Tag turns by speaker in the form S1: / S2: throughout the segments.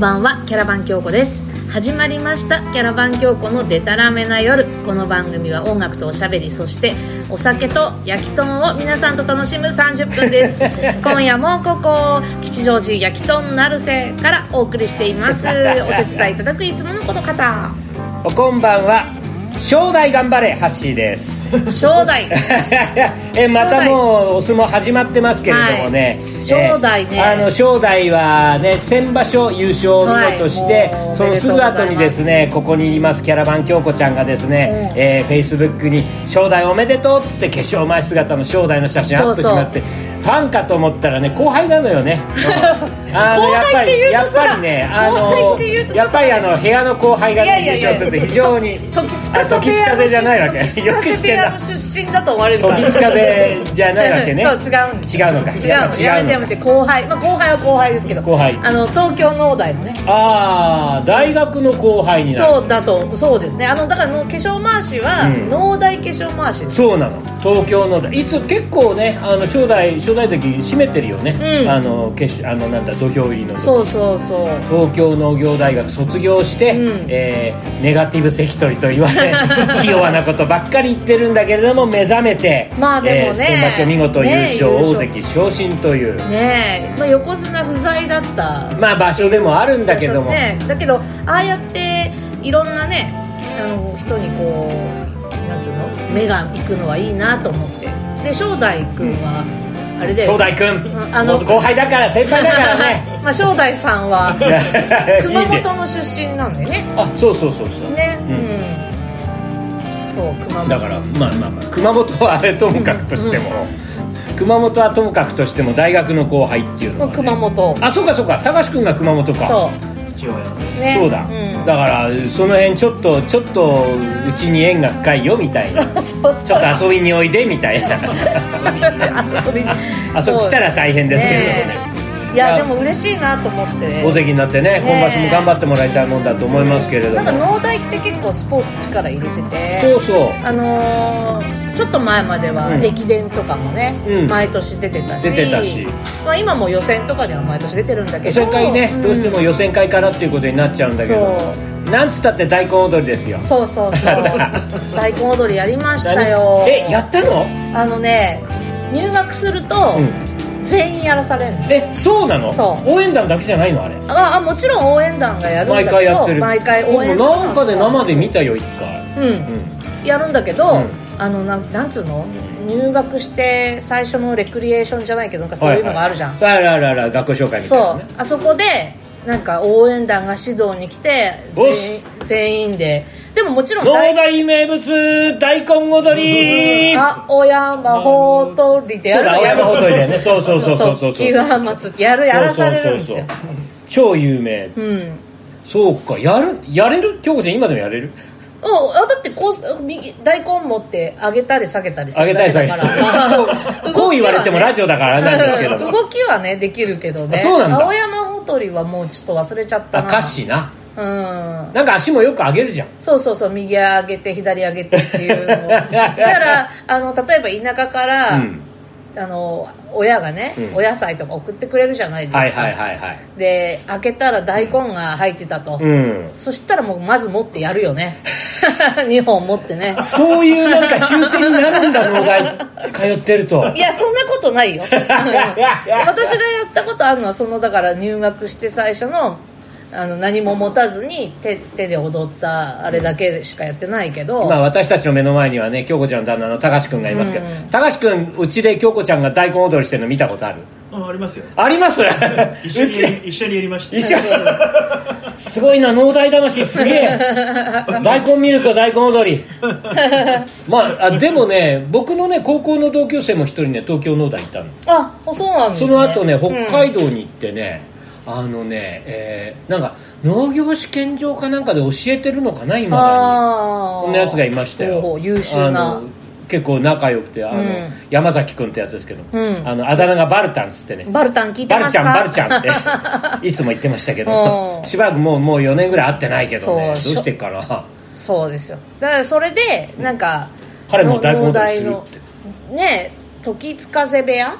S1: ばんはキャラバン京子です始まりましたキャラバン京子のデタラメな夜この番組は音楽とおしゃべりそしてお酒と焼きとんを皆さんと楽しむ30分です 今夜もここ吉祥寺焼きとんなるせからお送りしてい ますお手伝いいただくいつものこの方
S2: おこんばんは生涯頑張れハッシーです
S1: 正代
S2: えまたもうお相撲始まってますけれどもね、
S1: はい正代ね
S2: えあの正代はね先場所優勝を見事して、
S1: はいもう
S2: そのすぐ後にですねここにいますキャラバン京子ちゃんがですね、
S1: うん
S2: えフェイスブックに「正代おめでとう」っつって化粧前姿の正代の写真アップしまってファンかと思ったらね後輩なの よねあの
S1: 後輩って言う
S2: や
S1: と
S2: っ
S1: さ
S2: ぱりねあ
S1: 後輩っ
S2: の
S1: て言うとちょ
S2: や
S1: っ
S2: っ
S1: と
S2: ぱりあの部屋の後輩が
S1: いやい
S2: ね
S1: や
S2: 優
S1: いや
S2: 勝すると非常に
S1: 時津風
S2: あ時津風じゃないわけよく知ってんな
S1: 出身だと思われるから
S2: 時津風じゃないわけ ね
S1: そう違うんです
S2: 違うのか
S1: 違うのやめてやめて後輩、まあ、後輩は後輩ですけど
S2: 後輩
S1: あの東京農大のね
S2: ああ大学の後輩になる
S1: そうだとそうですねあのだからの化粧回しは、
S2: うん
S1: 農大化粧回しです
S2: そうなの東京のいつ結構ねあの初代初代の時閉めてるよね、
S1: うん
S2: あのけしあのなんだ土俵入りの
S1: そうそうそう
S2: 東京農業大学卒業して、
S1: うん
S2: えーネガティブ関取と言わ れ器用なことばっかり言ってるんだけれども目覚めて
S1: まあでもね
S2: 先場所見事優勝、
S1: ね優勝
S2: 大関昇進という
S1: ねえ、まあ、横綱不在だった
S2: まあ場所でもあるんだけども、
S1: ね、だけどああやっていろんなねあの人にこうなんつうの目が行くのはいいなと思ってで正代君は、あれで
S2: 正代君
S1: んあの
S2: 後輩だから先輩だから ね
S1: まあ正代さんは 熊
S2: いいね
S1: 本の出身なんでね
S2: あそうそうそうそう
S1: ね
S2: うん
S1: うん、そう熊
S2: だ
S1: 本
S2: からまあまあまあ熊本はあれともかくとしても、熊本はともかくとしても大学の後輩っていうの
S1: も
S2: は、
S1: う
S2: ね、
S1: 熊本
S2: あそうかそうか高橋君が熊本か
S1: そう
S3: 父親のね
S1: ね
S2: そうだ、
S1: ん、
S2: だからその辺ちょっとちょっとうちに縁が深いよみたいな
S1: そうそうそう
S2: ちょっと遊びにおいでみたいな
S1: 遊びに
S2: あそう来たら大変ですけれどもね
S1: いやでも嬉しいなと思って
S2: 大関になってね今場所も頑張ってもらいたいもんだと思いますけれど
S1: なんか
S2: も
S1: 農大って結構スポーツ力入れてて
S2: そうそう
S1: あのーちょっと前までは
S2: うん
S1: 駅伝とかもね、
S2: うん
S1: 毎年出てたし
S2: 出てたし
S1: まあ、今も予選とかでは毎年出てるんだけ
S2: 予
S1: ど
S2: 選会ね、どうしても
S1: 予
S2: 予選会からっていうことになっちゃうんだけ
S1: 選
S2: どなんつったって大根踊りですよ
S1: そうそう そうそう大根踊りやりましたよ
S2: 何えやったの
S1: あのね入学すると
S2: うん
S1: 全員やらされるの、
S2: えそうなの
S1: そう
S2: 応援団だけじゃないのあれ
S1: ああもちろん応援団がやるんだけ
S2: 毎
S1: ど
S2: 回やってる
S1: 毎回応援
S2: 僕なんかで生で見たよ一回
S1: うん
S2: うん
S1: やるんだけど、
S2: うん
S1: あのなんなんつうの入学して最初のレクリエーションじゃないけどなんかそういうのがあるじゃん、
S2: はいはいあるあるある学校紹介みたいな
S1: そ
S2: ね
S1: うあそこでなんか応援団が指導に来て
S2: おっ
S1: 全員全員ででももちろん
S2: 農
S1: 大
S2: 大名物大根踊り
S1: 青山ほうとりでや
S2: そう
S1: る
S2: だ青山ほどりだよ ねそうそうそうそうそう
S1: 木
S2: そう
S1: が祭りやるやらされるんですよ
S2: 超有名
S1: うん
S2: そうかやるやれる京子ちゃん今でもやれる
S1: おあだってこう右大根持って上げたり下げたりす
S2: あ
S1: る
S2: げた
S1: だ
S2: い
S1: け
S2: さ
S1: だ
S2: げ
S1: か
S2: たい
S1: ら
S2: こうこう言われてもラジオだからあれなんですけど
S1: うん
S2: も
S1: 動きはねできるけどね
S2: あそうなんだ
S1: 青山ほとりはもうちょっと忘れちゃった
S2: あ
S1: な
S2: 歌詞な
S1: うん
S2: なんか足もよく上げるじゃん
S1: そうそうそう右上げて左上げてっていう のをだからあの例えば田舎から、
S2: うん
S1: あの親がね、
S2: うん
S1: お野菜とか送ってくれるじゃないですか、
S2: はいはいはいはい
S1: で開けたら大根が入ってたと、
S2: うん
S1: そしたらもうまず持ってやるよね2本持ってね
S2: そういうなんか修正になるんだ農大通ってると
S1: いやそんなこと ないよ私がやったことあるのはそのだから入学して最初のあの何も持たずに手手で踊ったあれだけしかやってないけど、
S2: 今私たちの目の前にはね京子ちゃんの旦那の高橋君がいますけど、
S1: うん
S2: 高橋君うちで京子ちゃんが大根踊りしてるの見たことある
S3: あありますよ
S2: ありま すう
S3: 一緒
S2: ちで
S3: に一緒にやりました
S2: 一緒すごいな農大魂すげ え大根見ると大根踊りまああでもね僕のね高校の同級生も一人ね東京農大行ったの
S1: あそうなんです、
S2: そ
S1: ね、
S2: の後ね北
S1: 道
S2: 海道に行ってね、あのね、えーなんか農業試験場かなんかで教えてるのかな今だに
S1: あー
S2: こんなやつがいましたよ
S1: ほうほう優秀な
S2: あの結構仲良くてあの、
S1: うん
S2: 山崎君ってやつですけど、
S1: うん
S2: あのあだ名がバルタンっつってね
S1: バルタン聞いて
S2: バル
S1: ます
S2: ちゃ
S1: か
S2: んバルちゃんっ ていつも言ってましたけど
S1: うん
S2: しばらくもうもう4年ぐらい会ってないけどねどう
S1: そう
S2: してっかな
S1: そうですよだからそれでなんか
S2: 彼も大根踊りす
S1: 農
S2: るって
S1: 大のね時津風部屋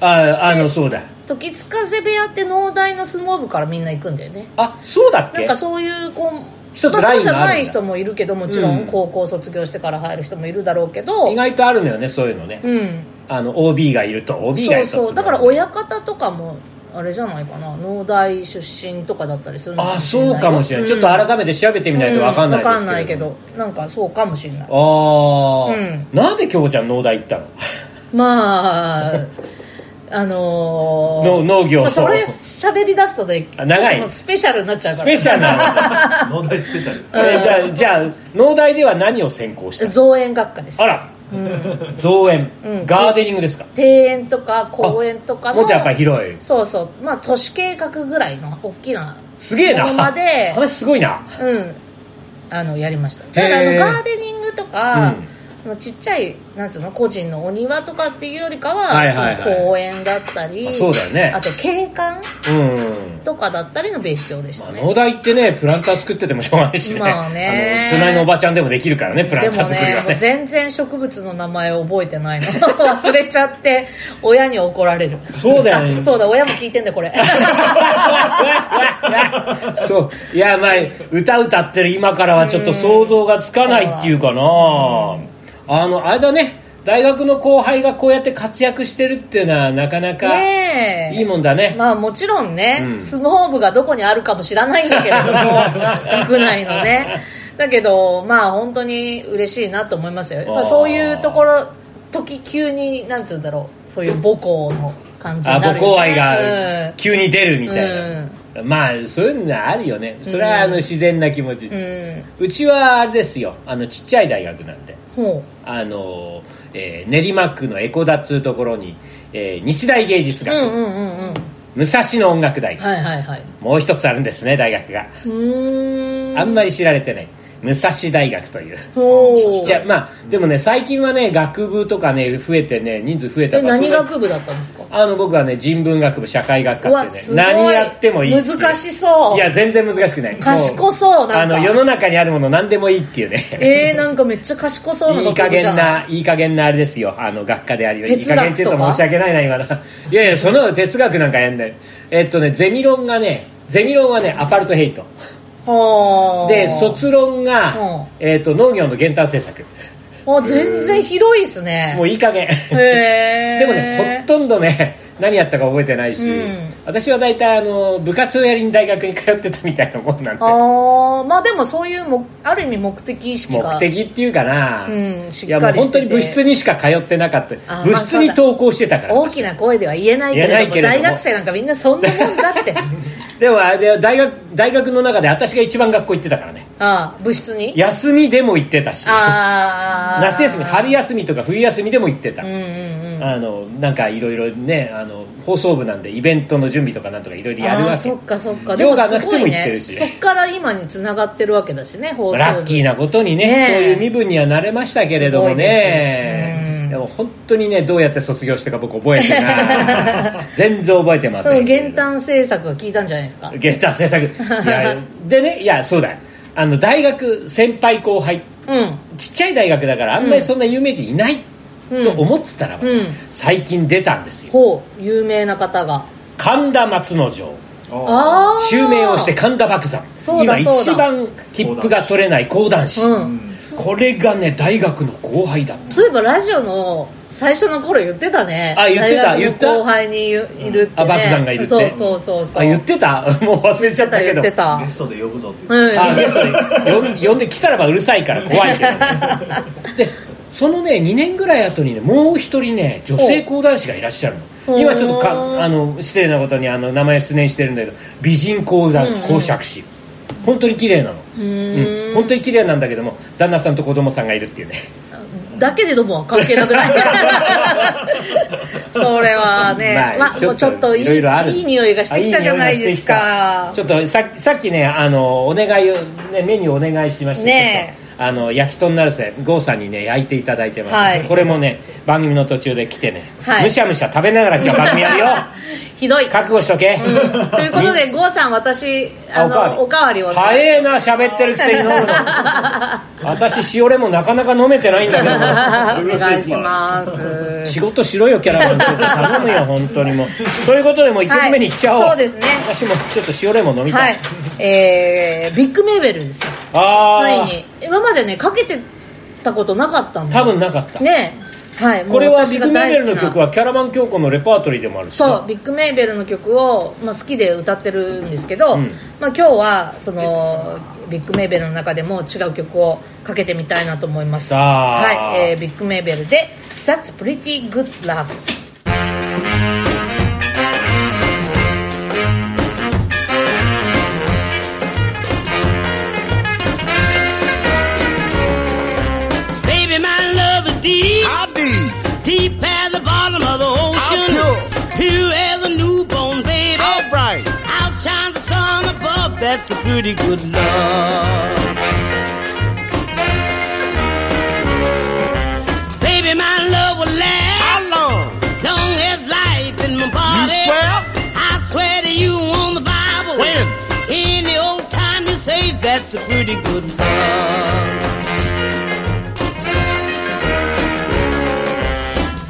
S2: ああのそうだ
S1: 時津風部屋って農大の相撲部からみんな行くんだよね
S2: あそうだっ
S1: な
S2: け
S1: んかそういうこう
S2: 一つ
S1: まあ
S2: ライ
S1: そう
S2: ン
S1: じゃ
S2: があ
S1: な
S2: る
S1: い
S2: んだ
S1: 人もいるけどもちろ
S2: うん
S1: ん高校卒業してから入る人もいるだろうけど
S2: 意外とあるのよねそういうのね、
S1: うん
S2: あの OB がいると OB がい
S1: そう
S2: ると
S1: そうだから
S2: 親
S1: 親方とかもあれじゃないかな農大出身とかだったりするの
S2: あ
S1: れ
S2: そうかもしれない、ちょっと
S1: ら
S2: 改めて調べてみないと分かんないですけど、
S1: わかんないけどなんかそうかもしれ ない
S2: ああ、
S1: う
S2: なんで京子ちゃん農大行ったの
S1: まああのー
S2: 農農業
S1: まあ、
S2: そう
S1: それ喋り出すとね
S2: あ長
S1: ちょっ
S2: い
S1: ともうスペシャルになっちゃうか
S2: ス
S1: ら
S2: ペシャルなの
S3: 農大スペシャル。
S2: えじゃあじゃあ農大では何を専攻したの
S1: 造園学科です
S2: あら、造園、
S1: うん
S2: ガーデニングですか
S1: 庭園とか公園とかの
S2: もっとやっぱ広い
S1: そうそうまあ都市計画ぐらいの大きな
S2: すげえな
S1: ここまで
S2: 話すごいな
S1: うんあのやりましただからあの
S2: へー
S1: ガーデニングとか、
S2: うん
S1: あのちっちゃいなんつうの個人のお庭とかっていうよりかは,、
S2: はいはいはい
S1: その公園だったり
S2: あそうだよね
S1: あと景観
S2: うん、
S1: とかだったりの勉強でし
S2: ま
S1: た
S2: あ、
S1: ね、
S2: 農大ってねプランター作っててもしょうがないしね,、
S1: まあね
S2: の隣のおばちゃんでもできるからねプラ
S1: で
S2: ンター
S1: も
S2: 作り
S1: ね
S2: は
S1: もう
S2: ね
S1: 全然植物の名前を覚えてないの 忘れちゃって親に怒られる
S2: そうだよね
S1: あ そうだ親も聞いてんだこ れ
S2: そういやまあ歌歌ってる今からはちょっと想像がつかないっていうかな、あのあれだね大学の後輩がこうやって活躍してるっていうのはなかなか
S1: ねえ
S2: いいもんだね
S1: まあもちろんね、
S2: うん
S1: 相撲部がどこにあるかも知らないんだけ れども学内のねだけどまあ本当に嬉しいなと思いますよやっぱそういうところ時急になんつうんだろうそういう母校の感じに
S2: あ
S1: な
S2: 母
S1: るよね
S2: 校愛
S1: う
S2: が
S1: ん
S2: 急に出るみたいな、まあそういうのはあるよねそれはあの自然な気持ち、う
S1: うん
S2: ちはあれですよあのちっちゃい大学なんで
S1: ほ
S2: あの、えー練馬区の江古田っつうところに、えー日大芸術
S1: う
S2: 学、
S1: うんうんうんうん
S2: 武蔵野音楽大学
S1: はいはいはい
S2: もう一つあるんですね大学が
S1: うーん
S2: あんまり知られてない武蔵大学という
S1: ほう
S2: ちっちゃいまあでもね最近はね学部とかね増えてね人数増えた
S1: え
S2: から
S1: 何
S2: そんな
S1: 学部だったんですか
S2: あの僕はね人文学部社会学科
S1: うわ
S2: って
S1: す
S2: ね
S1: ごい
S2: 何やってもいいっていう
S1: 難しそう
S2: いや全然難しくない
S1: 賢そうなんか
S2: あの世の中にあるもの何でもいいっていうね
S1: えー、なんかめっちゃ賢そうない
S2: い
S1: 学
S2: 加
S1: 部
S2: 減
S1: じゃい
S2: ないい加減なあれですよあの学科であるよいい
S1: 哲
S2: 加
S1: 学とか
S2: 減って言うと申し訳ないな 今のいやいやその哲学なんかやんないえっとねゼミ論がねゼミ論はねアパルトヘイト
S1: はあ
S2: で卒論
S1: うん
S2: が、えー、と農業の減反政策
S1: あ全然広いですね
S2: もういい加減
S1: へー
S2: でもねほとんどね何やったか覚えてないし、
S1: うん
S2: 私は大体あの部活をやりに大学に通ってたみたいなもんなんで
S1: ああまあでもそういうもある意味目的意識が
S2: 目的っていうかな、
S1: うんし
S2: い
S1: っ
S2: やも
S1: か
S2: う
S1: り
S2: 本
S1: し
S2: 当
S1: てて
S2: に部室にしか通ってなかった
S1: あ
S2: 部室に
S1: まあそうだ
S2: 登校してたから、
S1: 大きな声では言えないけれども
S2: 言えないけれども
S1: 大学生なんかみんなそんなもんだ って
S2: でもあれだよ大学大学の中で私が一番学校行ってたからね
S1: ああ部室に
S2: 休みでも行ってたし
S1: ああ
S2: 夏休み春休みとか冬休みでも行ってた、
S1: うんうんうん
S2: あのなんかいろいろねあの放送部なんでイベントの準備とかなんとかいろいろやる
S1: あ
S2: わ
S1: あ
S2: け
S1: そっかそっかで
S2: 量
S1: も
S2: が
S1: す
S2: なく
S1: ご
S2: ても
S1: い
S2: 行って
S1: ね
S2: るし
S1: そっから今につながってるわけだしね放送
S2: ラッキーなことにね
S1: ねえ
S2: そういう身分にはなれましたけれども
S1: すごいです
S2: ね
S1: ねうん
S2: でも本当にねどうやって卒業したか僕覚えてない 全然覚えてま
S1: そ
S2: せ
S1: の
S2: んけれど
S1: 減反政策が効いたんじゃないですか
S2: ゲタ制作いやでねいやそうだあの大学先輩後輩
S1: うん
S2: ちっちゃい大学だからあんまりそんな有名人いないと思ってたらば、
S1: うんうん
S2: 最近出たんですよ
S1: ほう有名な方が
S2: 神田松之丞
S1: あ
S3: あ
S1: あ
S2: 襲名をして神田伯山
S1: そうだ
S2: 今
S1: そうだ
S2: 一番切符が取れない講談師、
S1: うん
S2: これがね大学の後輩だった
S1: そういえばラジオの最初の頃言ってたね
S2: あ言ってた
S1: 大学の後輩にいるいるって、ね、
S2: あ漠さんがいるって
S1: そうそうそうそう
S2: あ言ってた もう忘れちゃったけ
S1: 言
S2: ど
S1: ってた
S3: あ。ゲストで呼ぶぞって言って
S1: うん
S2: あゲストに呼ん呼んで来たらばうるさいから怖い けどでそのね2年ぐらい後にねもう一人ね女性講談師がいらっしゃるの
S1: お
S2: 今ちょっと
S1: おー
S2: かあの失礼なことにあの名前失念してるんだけど美人講談
S1: うんうん
S2: 講釈師、本当に綺麗なの
S1: う
S2: う
S1: ー
S2: ん
S1: ん
S2: 本当に綺麗なんだけども旦那さんと子供さんがいるっていうね
S1: だけれども関係なく ないそれはね、まあ、もうちょっといい
S2: ろろある
S1: いい匂いがしてきたじゃないです
S2: あいい匂いが
S1: か
S2: してきたちょっとさっきさっきねあのお願いをねメニューお願いしました
S1: ねえ
S2: ちあの焼き豚なるせ郷さんにね焼いていただいてます、
S1: はい
S2: これもね番組の途中で来てね、
S1: はい
S2: むしゃむしゃ食べながら今日番組 やるよ
S1: ひどい、うん
S2: 覚悟しとけ、
S1: ということで郷さん私
S2: あ
S1: あのおかわりを
S2: 早えな喋ってるくせに飲 むの私塩レモンなかなか飲めてないんだけど
S1: お願いします
S2: 仕事しろよキャラバン頼むよ本当 にもうということでもう1曲目に行っちゃおう、
S1: はいそうですね
S2: 私もちょっと塩レモン飲みた、
S1: はいいえー、ビッグメーベルですよつ
S2: ああ
S1: いに今までねかけてたことなかったんで
S2: 多分なかった、
S1: ねはいもう
S2: これは
S1: 私
S2: ビッ
S1: が
S2: グメー
S1: 大
S2: ベ
S1: 好きな
S2: ルの曲はキャラバン教皇のレパートリーでもあるし
S1: そうビッグメーベルの曲を、まあ、好きで歌ってるんですけど、
S2: うん
S1: まあ、今日はそのビッグメーベルの中でも違う曲をかけてみたいなと思います
S2: さあ
S1: はいえービッグメーベルで「That's Pretty Good Love」
S4: Baby, my love is deep,
S5: How deep?
S4: deep as the bottom of the ocean.
S5: pure? Oh.
S4: Pure as a newborn baby.
S5: How bright?
S4: Outshines the sun above. That's a pretty good love. Baby, my love will
S5: How
S4: last
S5: long?
S4: long as life in my
S5: You
S4: body.
S5: swear?
S4: I swear to you on the Bible.
S5: When?
S4: Any old time you say that's a pretty good love.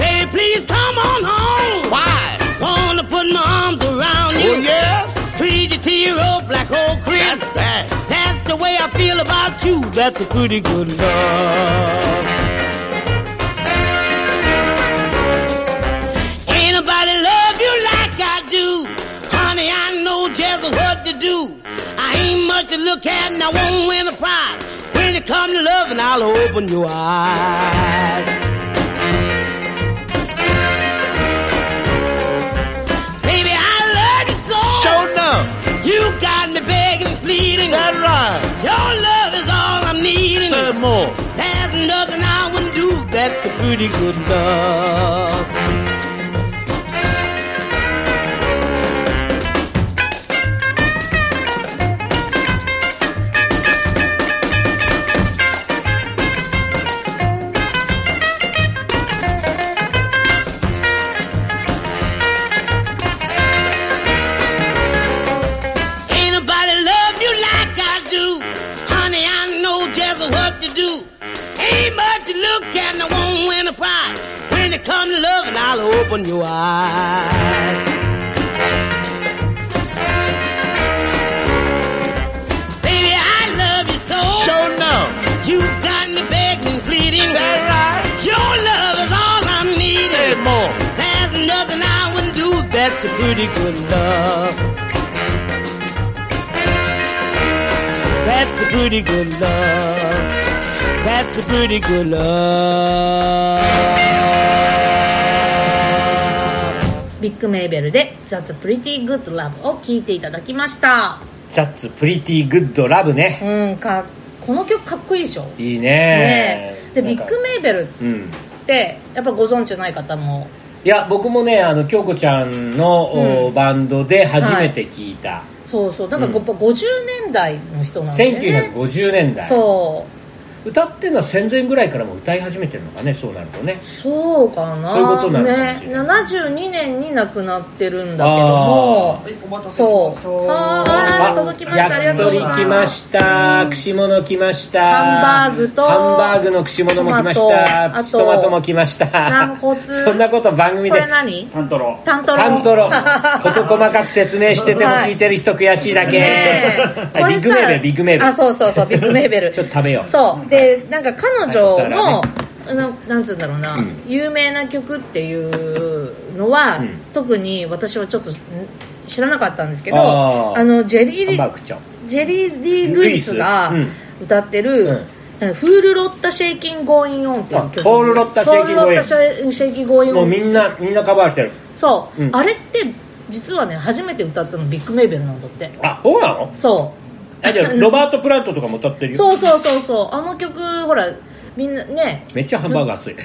S4: Baby, please come on home.
S5: Why?
S4: Wanna put my arms around you.
S5: Oh yes,
S4: Treat you to your old black old crib.
S5: that's bad.
S4: That's the way I feel about you. That's a pretty good love. Anybody love you like I do? Honey, I know just what to do. I ain't much to look at and I won't win a prize. When it comes to loving, I'll open your eyes. Baby, I love you so.
S5: Show enough.
S4: You got me begging, pleading.
S5: That right.
S4: Your love is all I'm needing.
S5: Say more.
S4: There's nothing I wouldn't do. That's a pretty good love. Ain't nobody love you like I do. Honey, I know just what to do. Ain't much to look at and I won't win a prize. When it comes to loving, I'll open your eyes. Baby, I love you so.
S5: Show enough.
S4: You got me begging, pleading.
S5: That right.
S4: Your love is all I'm needing.
S5: Say more.
S4: There's nothing I wouldn't do that's a pretty good love. That's a pretty good love. That's a pretty good love.
S1: ビッグメーベルで「That's Pretty Good Love」を聴いていただきました
S2: 「ザッツプリティグッドラブね
S1: うんかこの曲かっこいいでしょ」ね
S2: いい
S1: え
S2: ね
S1: で
S2: な
S1: ビ
S2: んか
S1: ッグメーベルっ
S2: うん
S1: てやっぱご存知ない方も
S2: いや僕もねあの京子ちゃんの、
S1: う
S2: バンドで初めて聞いた、
S1: そうそうだからやっぱ50年代の人なんで、ね、
S2: 1950年代
S1: そう
S2: 歌ってるのは戦前ぐらいからもう歌い始めてるのかねそうなるとね
S1: そうかな
S2: そういうことなのかも
S1: ね
S2: しれな
S1: 72年に亡くなってるんだけども
S3: はいお待たせしま
S1: そ
S3: した
S1: うはーい届きましたありがとうございます
S2: やっと来ました串物来ました
S1: ハンバーグと
S2: ハンバーグの串物も来ました
S1: トマト
S2: プチトマトも来ました
S1: 軟骨
S2: そんなこと番組
S1: こ
S2: で
S1: れ何
S3: タントロ
S1: タントロ
S2: タン トロ事細かく説明してても聞いてる人悔しいだけ、
S1: ねえ
S2: はいビッグメーベルビッグメーベ
S1: あ
S2: ル
S1: そうそうそうビッグメーベル
S2: ちょっと食べよう
S1: そうでなんか彼女
S2: は
S1: の、ななんつうんだろうな、有名な曲っていうのは、
S2: ん
S1: 特に私はちょっとん知らなかったんですけど
S2: あ
S1: あ
S2: ー
S1: のジェリー
S2: ハン
S1: リ
S2: バーグちゃん
S1: ジェリー・リー・ルイスが
S2: ルイス
S1: 歌ってる、
S2: うん
S1: フール・ロッタ・シェイキン・ゴーイン・オンっていう曲
S2: あフォールロッタシェイキンゴーイ
S1: フォールロッ
S2: ン
S1: タシェイシェイキン・ゴーイン・
S2: も
S1: オ
S2: うみ
S1: ン
S2: んなみんなカバーしてる
S1: そう、
S2: うん
S1: あれって実はね初めて歌ったのビッグ・メイベルなんだって
S2: あそうなの
S1: そう
S2: あじゃあロバート・プラントとかも歌ってるよ
S1: そうそうそうそうあの曲ほらみんなね
S2: めっちゃハンバーグ熱い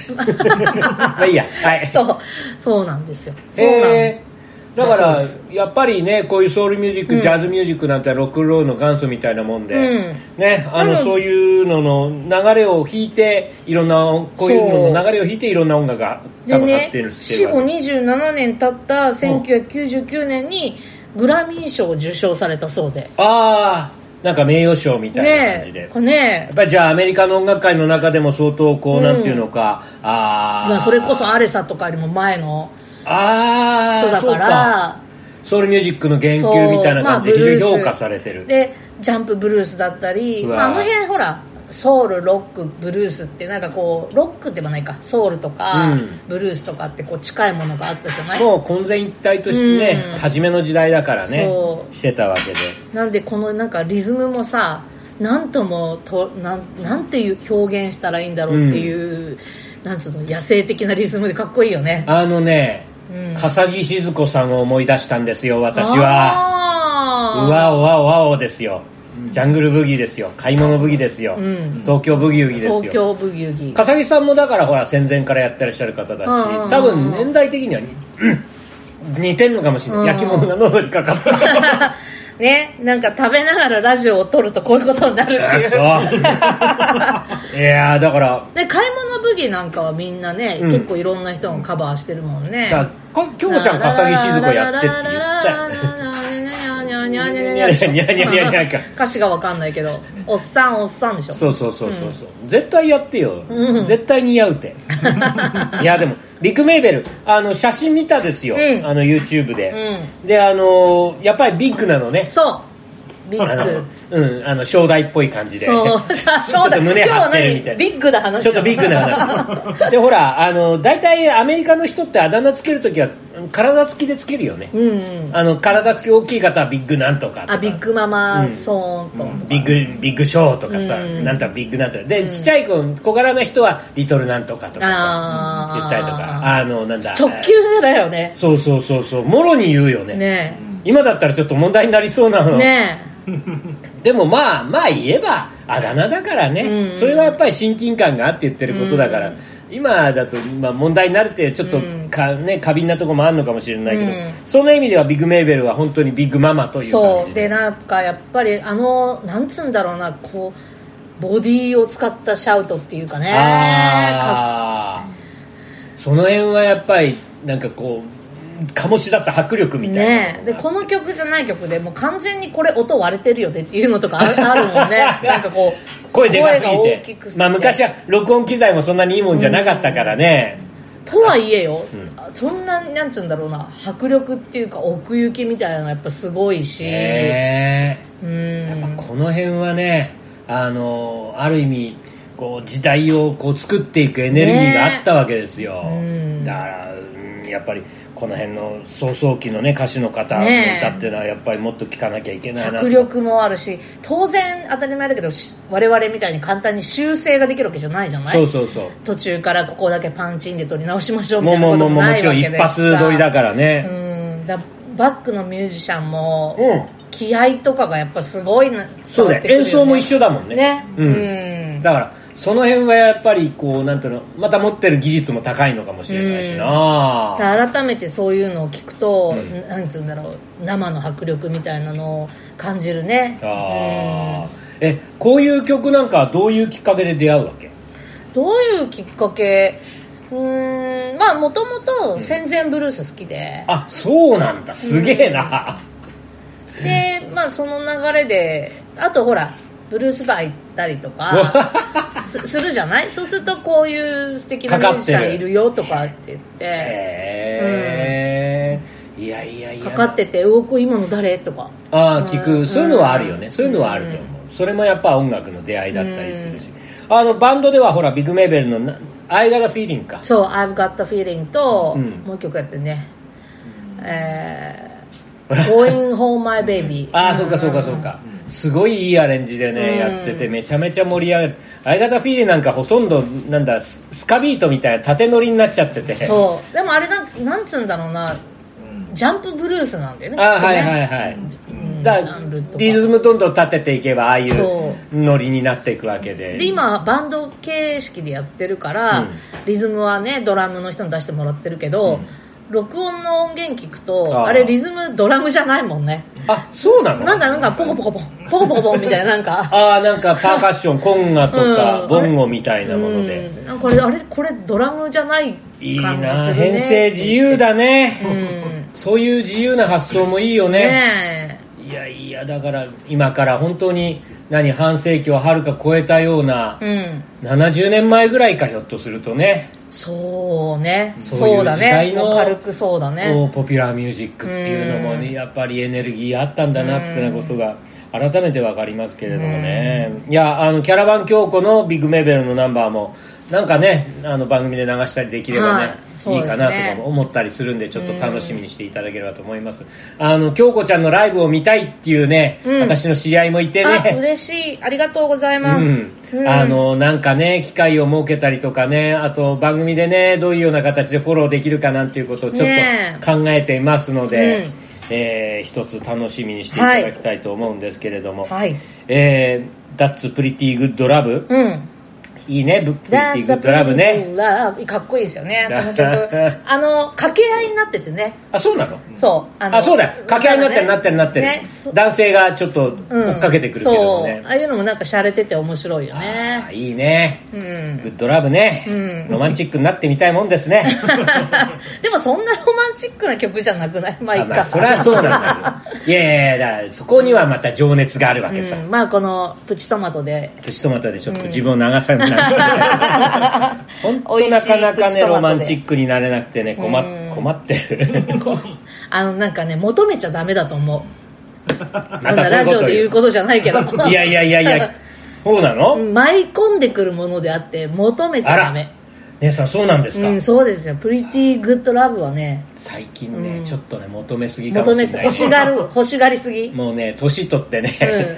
S2: まあいいやはい
S1: そうそうなんですよそうなん、
S2: えーだか
S1: そう
S2: ら
S1: です
S2: やっぱりねこういうソウルミュージック、ジャズミュージックなんてロックンロールの元祖みたいなもんで、
S1: うん
S2: ねあ
S1: な
S2: の
S1: の
S2: そういうのの流れを引いていろんなこういうのの流れを引いていろんな音楽が多
S1: で
S2: 分発
S1: ね
S2: 展して
S1: 死
S2: るわ
S1: 後
S2: け
S1: 27年経った1999年にグラミー賞を受賞されたそうで
S2: ああなんか名誉賞みたいな感
S1: ね
S2: じで、
S1: えこれね
S2: やっぱりじゃあアメリカの音楽界の中でも相当こう、なんていうのかあ
S1: まあ
S2: あ
S1: それこそアレサとかよりも前の
S2: ああ
S1: 人だから
S2: ソウルミュージックの言
S1: そう
S2: 及みたいな感じで
S1: まあ
S2: 非常に
S1: ブルー
S2: 評
S1: ス
S2: 価されてる、
S1: でジャンプブルースだったり、
S2: うわ
S1: まあ、あの辺ほらソウルロックブルースってなんかこうロックではないかソウルとか、
S2: うん
S1: ブルースとかってこう近いものがあったじゃない
S2: もう混然一体としてね、
S1: うん
S2: 初めの時代だからね
S1: そう
S2: してたわけで
S1: なんでこのなんかリズムもさなんともとなんなんていう表現したらいいんだろうっていう、なんつうの野生的なリズムでかっこいいよね
S2: あのね、
S1: うん
S2: 笠木静子さんを思い出したんですよ私はう
S1: は
S2: わおわおわおですよ、ジャングルブギーですよ買い物ブギーですよ、
S1: ん
S2: 東京ブギウギですよ
S1: 東京ブギウギ
S2: 笠木さんもだからほら戦前からやってらっしゃる方だし
S1: うんうんうん
S2: 多分年代的にはに、うん似てんのかもしれない、
S1: うん
S2: 焼き物が喉にかかった
S1: ねなんか食べながらラジオを撮るとこういうことになるって いう
S2: あそういやーだから
S1: で買い物ブギなんかはみんなね、
S2: うん
S1: 結構いろんな人がカバーしてるもんね
S2: だからきょうちゃん笠木静子やってって言ったよ
S1: 歌詞がわかんないけどおっさんおっさんでしょ
S2: そうそうそうそうそう、絶対やってよ、
S1: うん
S2: 絶対似合 うていやでもリク・メイベルあの写真見たですよ、
S1: うん
S2: あの YouTube で、
S1: う
S2: であのーやっぱりビッグなのね
S1: そうビ
S2: あ
S1: ッ
S2: の
S1: グ、
S2: うん、あの、正代っぽい感じで。
S1: そうさあ
S2: ちょ
S1: そ
S2: っ
S1: うだ
S2: と
S1: 今
S2: 胸
S1: 日
S2: 張
S1: は
S2: ってる
S1: 何
S2: みたいな。
S1: ビッグな話
S2: ちょっとビッグな話。で、ほら、あの、大体アメリカの人ってあだ名つけるときは、体つきでつけるよね。
S1: うんうん
S2: あの、体つき大きい方はビッグなんとかとか
S1: あビッグママソーンと、
S2: ビッグ、ビッグショーとかさ、なんとかビッグなんとか。で、ちっちゃい子、小柄な人は、リトルなんとかとかさ
S1: あー
S2: 言ったりとか、あの、なんだ。
S1: 直球だよね
S2: そうそうそうそう、もろに言うよね。
S1: ね
S2: 今だったらちょっと問題になりそうな
S1: え
S2: の。
S1: ね
S2: でもまあまあ言えばあだ名だからね、
S1: うん
S2: それはやっぱり親近感があって言ってることだから、今だとまあ問題になるってちょっとか、ね、過敏なとこもあるのかもしれないけど、
S1: うん
S2: その意味ではビッグメーベルは本当にビッグママと
S1: え
S2: いう感
S1: そ
S2: じ
S1: うで
S2: で
S1: なんかやっぱりあのなんつうんだろうなこうボディを使ったシャウトっていうかねかっ
S2: あーその辺はやっぱりなんかこう醸し出す迫力みたいな
S1: ねえでこの曲じゃない曲でもう完全にこれ音割れてるよねっていうのとかあ るある もんねなんかこう
S2: 声でかすぎ
S1: 声が大
S2: て
S1: きく
S2: まあ、昔
S1: は
S2: は録音機材もそんなにいいもんじゃなかったからね、
S1: とはいえよ、そんななんつうんだろうな迫力っていうか奥行きみたいなのやっぱすごいし、
S2: ねえ
S1: うん
S2: やっぱこの辺はねあのある意味こう時代をこう作っていくエネルギーがあったわけですよ、
S1: うん
S2: だから、うんやっぱりこの辺の早々期のね歌手の方の
S1: ねえ
S2: 歌っていうのはやっぱりもっと聞かなきゃいけないなと
S1: 迫力もあるし当然当たり前だけどし我々みたいに簡単に修正ができるわけじゃないじゃない
S2: そうそうそう
S1: 途中からここだけパンチインで取り直しましょうみた
S2: もう
S1: いな
S2: も
S1: こと
S2: うもう
S1: も
S2: も
S1: な
S2: ち
S1: い
S2: ろ
S1: わ
S2: ん
S1: け
S2: 一
S1: で
S2: 発撮りだからね
S1: うんだバックのミュージシャンも、
S2: うん、
S1: 気合とかがやっぱすごいな
S2: そうだよ演奏も一緒だもんね
S1: ね
S2: う
S1: うんん、
S2: だからその辺はやっぱりこうなんていうのまた持ってる技術も高いのかもしれないしな、
S1: 改めてそういうのを聞くと、なんつうんだろう生の迫力みたいなのを感じるね
S2: ああ、えこういう曲なんかはどういうきっかけで出会うわけ
S1: うんどういうきっかけうーんまあもともと戦前ブルース好きで、
S2: あそうなんだすげえな、
S1: でまあその流れであとほらブルースバー行ったりとかすするじゃないそうするとこういう素敵なミュージシ
S2: かかっ
S1: ャ
S2: て
S1: ン
S2: る
S1: いるよとかって言って
S2: へえいやいやいや
S1: かかってて「うおこ今の誰?」とか
S2: ああ聞くそういうのはあるよね、そういうのはあると思う、それもやっぱ音楽の出会いだったりするし、あのバンドではほらビッグメーベルのな「I got a feeling か」
S1: そう「I've Got a Feeling と」
S2: うん
S1: もう一曲やってるね、えー「Going Home My Baby
S2: ああ、そうかそうかそうか、すごいいいアレンジでね、やっててめちゃめちゃ盛り上がる相方フィーリーなんかほとんどなんだススカビートみたいな縦乗りになっちゃってて」
S1: そうでもあれなんなんつうんだろうなジャンプブルースなんだよね
S2: あ
S1: きっと
S2: はい
S1: ね
S2: はいはい、
S1: うん
S2: だ
S1: ジャンルとか
S2: リズムどんどん立てていけばああい
S1: そう
S2: ノリになっていくわけで
S1: で今バンド形式でやってるから、
S2: うん
S1: リズムはねドラムの人に出してもらってるけど、録音の音源聞くと
S2: あ
S1: あ
S2: ー
S1: れリズムドラムじゃないもんね
S2: あそうなの
S1: なんかなんかポコポ コポンポコポコポンみたいななんか
S2: ああなんかパーカッションコンガと
S1: う
S2: か
S1: ん
S2: ボンゴみたいなもので、
S1: うんなんかあれあれこれドラムじゃない感じするね
S2: いいな編成自由だね、
S1: うん
S2: そういう自由な発想もいいよね
S1: ねえ
S2: いやいやだから今から本当に何半世紀をはるか超えたような、
S1: うん
S2: 70年前ぐらいかひょっとするとね
S1: そうねそう
S2: そういう
S1: だ
S2: 時代
S1: ね
S2: の
S1: もう軽くそうだ
S2: こ
S1: ね
S2: うポピュラーミュージックっていうのも、ね
S1: う
S2: やっぱりエネルギーあったんだなってなことが改めて分かりますけれどもね、いやあのキャラバン京子のビッグメーベルのナンバーもなんかねあの番組で流したりできればね、
S1: はいそうで
S2: いい
S1: すね
S2: かなとかも思ったりするんでちょっと楽しみにしていただければと思います、あの京子ちゃんのライブを見たいっていうね、
S1: うん
S2: 私の知り合いもいて
S1: あ
S2: ね
S1: 嬉しいありがとうございます、
S2: う
S1: うん
S2: ん、あのなんかね機会を設けたりとかねあと番組でねどういうような形でフォローできるかなんていうことをちょ
S1: ね
S2: っと考えていますので、
S1: うん
S2: えー一つ楽しみにしていただきたいと思うんですけれども「
S1: はい
S2: えー、That's Pretty Good Love
S1: うん」
S2: いいね「ぶ Pretty Good Love ね」
S1: ねかっこいいですよ ねこの曲あの掛け合いになっててね
S2: あそうなの
S1: そうあの
S2: あそうだよ掛け合いになってるなってるなってる、
S1: ねそ
S2: 男性がちょっと追っかけてくるけれども
S1: う
S2: ね
S1: んそう、ああいうのもなんか洒落てて面白いよ
S2: あー
S1: ね
S2: いい ね、
S1: うん
S2: グッドラブね、
S1: うん
S2: ロマンチックになってみたいもんです ね
S1: でもそんなロマンチックな曲じゃなくないまあいい
S2: あまあ
S1: か
S2: それはそうなん だけどいやいやいやだからそこにはまた情熱があるわけさ、
S1: うんまあこのプチトマトで
S2: プチトマトでちょっと自分を流さなくなる本当なかな
S1: 美味しいプ
S2: か
S1: チ
S2: ね
S1: トマトで
S2: ロマンチックになれなくてね困っ困ってる
S1: あのなんかね求めちゃダメだと思うこ
S2: ま
S1: ん
S2: た
S1: な
S2: そうい
S1: ラ
S2: う
S1: ジ
S2: こ
S1: オ
S2: と
S1: で言う
S2: 言
S1: ことじゃないけど
S2: ういやいやいやいやそうなの、
S1: 舞い込んでくるものであって求めちゃダメ
S2: 姉さんそうなんですか、
S1: うんそうですよプリティグッドラブはね
S2: 最近ね、
S1: うん
S2: ちょっとね求めすぎかも
S1: 求
S2: し
S1: め
S2: れ
S1: す
S2: ない
S1: 欲し がる欲しがりすぎ
S2: もうね年取ってね、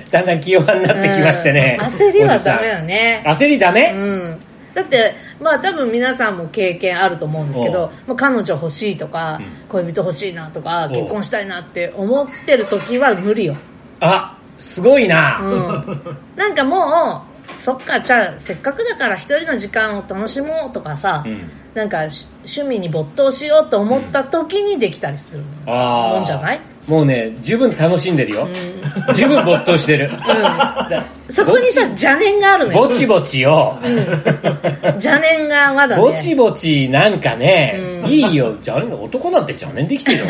S1: う
S2: だんだん気弱になってきましてね、
S1: うん焦りは
S2: おじさん
S1: ダメだね
S2: 焦りダメ、
S1: うんだってまあ多分皆さんも経験あると思うんですけ
S2: おう
S1: どもう彼女欲しいとか、恋人欲しいなとか
S2: おう
S1: 結婚したいなって思ってる時は無理よ、
S2: あすごいな、
S1: うん、なんかもうそっかじゃあせっかくだから一人の時間を楽しもうとかさ、
S2: うん
S1: なんかし趣味に没頭しようと思った時にできたりする
S2: あー
S1: もんじゃない
S2: もうね十分楽しんでるよ、十分没頭してる、だ
S1: そこにさ邪念があるのよ
S2: ぼちぼちよ、
S1: 邪念がまだね
S2: ぼちぼちなんかね、いいよじゃあ男なんて邪念で きてる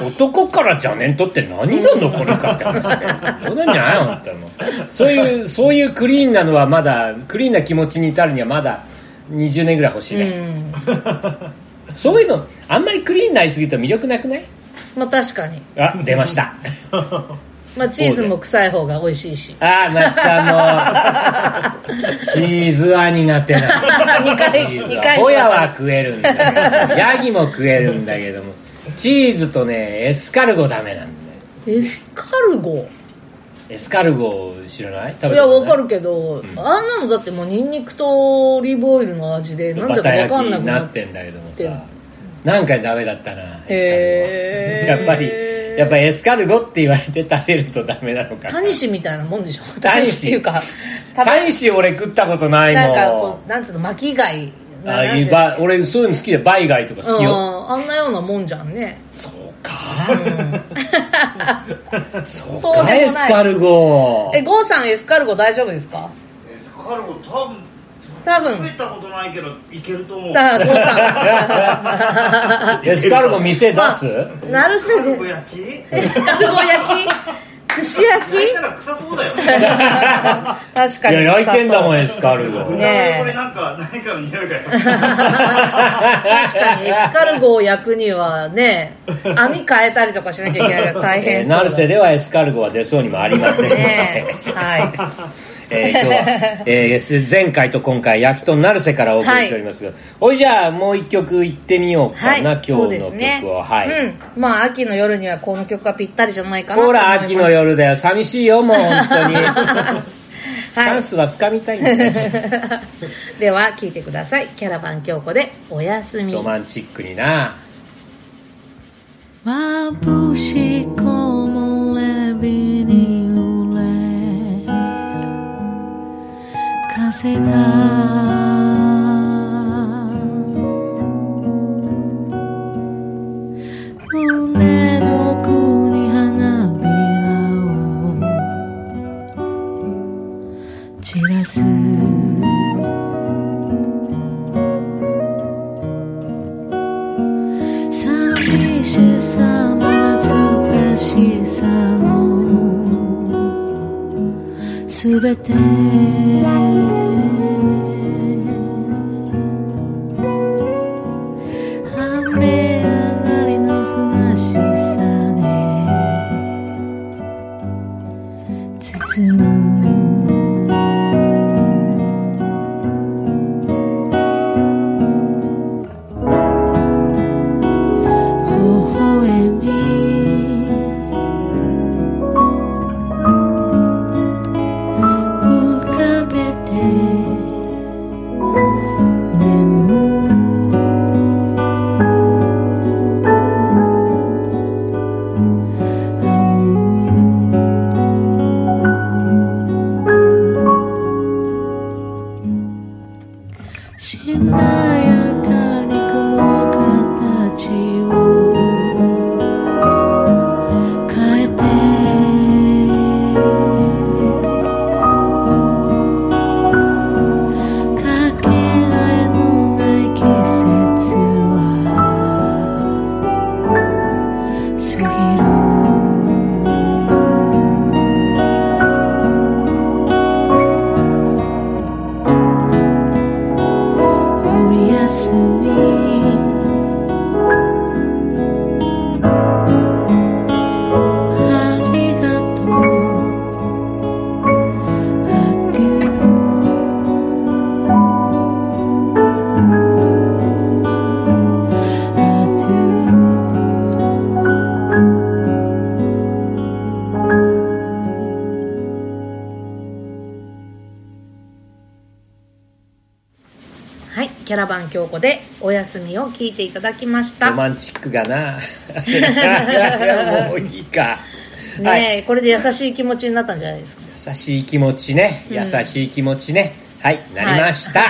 S2: の男から邪念取って何なのこれかって話でそうなんじゃない本当にもうそういうそういうクリーンなのはまだクリーンな気持ちに至るにはまだ20年ぐらい欲しいね、
S1: うん
S2: そういうのあんまりクリーンになりすぎると魅力なくない
S1: まあ確かに、
S2: あ出ました
S1: まあ、チーズも臭い方が美味しい し
S2: ああ、またもう、チーズは苦手なの。
S1: 二回
S2: チーズ
S1: 二
S2: は
S1: 回
S2: ホヤは食えるんだけど、ヤギも食えるんだけども、チーズとね、エスカルゴダメなんだよ。
S1: エスカルゴ
S2: エスカルゴ知らない食
S1: い
S2: べた
S1: や
S2: こと
S1: わ
S2: な
S1: かるけど、あんなのだってもうニンニクとオリーブオイルの味でなんだかわ
S2: バタ
S1: か
S2: ー
S1: ん
S2: 焼
S1: なく
S2: きに
S1: な
S2: な
S1: っ
S2: っててんだけども
S1: うん
S2: さ、何回ダメだったな、
S1: へ
S2: エス
S1: ー
S2: カルゴ。やっぱり、やっぱエスカルゴって言われて食べるとダメなのかな。
S1: タニシみたいなもんでしょ
S2: タ
S1: タ
S2: ニ
S1: ニ
S2: シ
S1: シっていうかたま
S2: タニシ俺食ったことないもん。
S1: なんかこうなんつうの巻き貝な
S2: あ
S1: なん
S2: い
S1: て
S2: うば俺そういうの好きで、バイガイとか好き
S1: う
S2: よ。
S1: んあんなようなもんじゃんね
S2: そうか。そう
S1: そう
S2: か、
S1: で
S2: エ
S1: も
S2: ス
S1: ない
S2: カルゴ。
S1: えゴーさんエスカルゴ大丈夫ですか
S3: エスカルゴ多分
S1: 多分
S3: 食べたことないけどいけると思う。
S1: だからゴー さ
S2: エスカルゴ店出す、
S1: んなる
S3: エ
S1: す
S3: スカル
S1: ぐ
S3: ゴ焼き？焼
S1: エスカルゴ焼き串焼
S3: い
S1: き
S3: たら臭そうだよ。
S1: 確か
S2: い
S1: に
S2: や、焼いてんだ もん、エ
S1: ん
S2: スカルゴ。
S3: 豚
S1: ねえ
S3: の横になんか何かの匂いが。
S1: 確かにエスカルゴを焼くにはね網変えたりとかしなきゃいけない から大
S2: え
S1: 変
S2: ー
S1: そうだ
S2: ナルセではエスカルゴは出そうにもありませんので、
S1: ねは
S2: えー今日は、えー前回と今回焼きとナルセからお送りしておりますが、ほいじゃあもう一曲いってみよう
S1: い、
S2: かな、
S1: はい、
S2: 今
S1: そう
S2: 日
S1: で
S2: の
S1: す
S2: 曲
S1: ね
S2: をはい、
S1: うん、まあ秋の夜にはこの曲がぴったりじゃないかなと
S2: ほ
S1: 思います
S2: ら秋の夜だよ寂しいよも う本当に、チ
S1: は
S2: ャンスはつかみたいんだ よ
S1: い、では聴いてくださいキャラバン京子で「おやすみ
S2: ロ」マンチックにな
S6: 眩しい木漏れ日に揺れ風がべて雨上がりのすがしさで包む微笑み浮かべて眠るしなやかに雲形を変えてかけがえのない季節は過ぎるおやすみありがとうアデュー
S1: はいキャラバン京子でお休みを聞いていただきまし
S2: ロ
S1: た
S2: マンチック がなもういいか、
S1: ねえ、
S2: はい
S1: これで優しい気持ちになったんじゃないですか
S2: 優しい気持ちね優しい気持ちね、はいなりました、い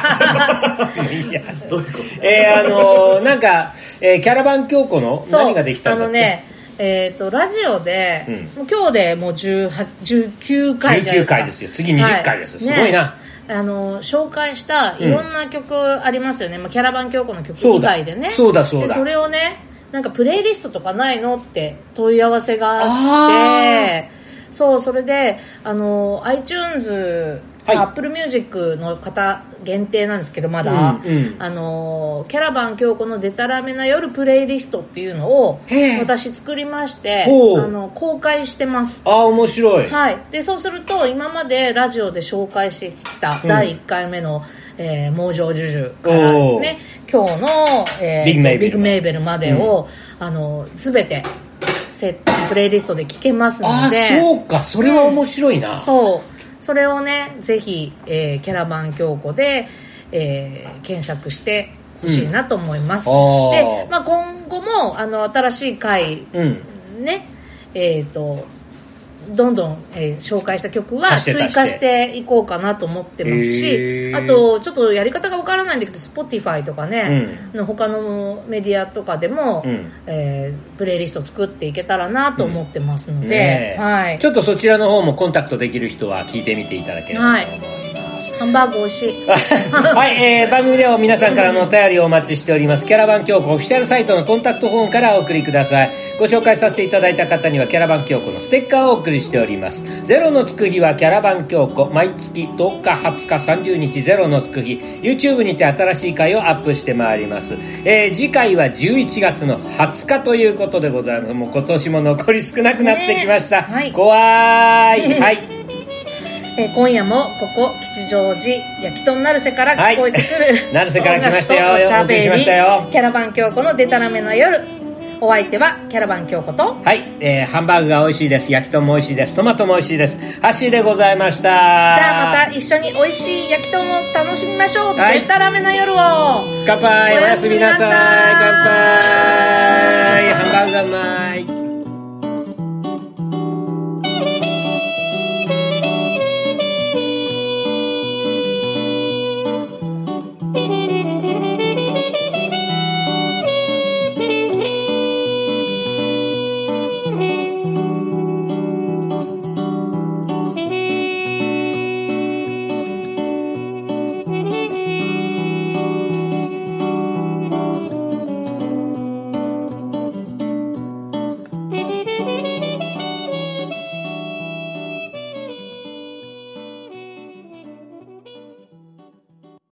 S2: や
S3: どういうこ
S2: えー、あのーなんか、えーキャラバン強子の
S1: そう
S2: 何ができたんだ
S1: あ
S2: っけ
S1: のねえっとラジオで、もう今日でもう18 19回じゃないですか
S2: 19回ですよ次20回ですよ
S1: は
S2: すごいな
S1: あの紹介したいろんな曲ありますよね、まあ、キャラバン京子の曲
S2: そう
S1: 以
S2: だ
S1: 外でね
S2: そうだそうだ
S1: でそれをねなんかプレイリストとかないのって問い合わせがあってそうそれであの iTunes
S2: はい
S1: アップルミュージックの方限定なんですけどまだ、
S2: うんうん
S1: あのキャラバン京子の「でたらめな夜プレイリスト」っていうのを
S2: へえ
S1: 私作りまして
S2: ほう
S1: あの公開してます
S2: ああ面白い、
S1: はい、でそうすると今までラジオで紹介してきた第1回目の「えー猛情ジュジュ」からですね今日の、え
S2: ビッグメイ
S1: ビ
S2: ベル
S1: ッグメイベルまでを、あの全てセップレイリストで聴けます
S2: あ
S1: の
S2: あ
S1: で
S2: そうかそれは面白いな、
S1: そうそれをねぜひ、えーキャラバン京子で、えー検索してほしいなと思います、
S2: うんあー
S1: で、まあ、今後もあの新しい回
S2: うん
S1: ねえー、とどんどん、えー紹介した曲は
S2: 足して
S1: 追
S2: 足して
S1: 加していこうかなと思ってます
S2: へ
S1: し
S2: ー
S1: あとちょっとやり方がわからないんだけど Spotify とかね、の他のメディアとかでも、
S2: うん
S1: えープレイリスト作っていけたらなと思ってますので、
S2: ねえ
S1: はい
S2: ち、ょっとそちらの方もコンタクトできる人は聞いてみていただければと思います、
S1: ハンバーグ美味しい
S2: はい、えー番組では皆さんからのお便りをお待ちしておりますキャラバン京子オフィシャルサイトのコンタクトフォームからお送りくださいご紹介させていただいた方にはキャラバン京子のステッカーをお送りしておりますゼロのつく日はキャラバン京子毎月10日20日30日ゼロのつく日 YouTube にて新しい回をアップしてまいります、えー次回は11月の20日ということでございますもう今年も残り少なくなってきました、
S1: ねはい
S2: 怖いはい
S1: えー今夜もここ吉祥寺焼きとんなるせから聞こえてくる、
S2: はい成瀬から来ましたよ
S1: 音楽とおしゃべり
S2: お送りしましたよ
S1: キャラバン京子のでたらめな夜お相手はキャラバン京子と
S2: はい、えーハンバーグが美味しいです焼き豚も美味しいですトマトも美味しいですハッシーでございましたじ
S1: じゃあま
S2: ゃ
S1: た一緒に美味しい焼きとんを楽しみましょう、
S2: はい
S1: でたらめな夜を
S2: 乾杯お
S1: お
S2: や
S1: や
S2: す
S1: す
S2: み
S1: み
S2: な
S1: な
S2: さ
S1: さ
S2: い
S1: い
S2: 乾杯ハンバーグがうまい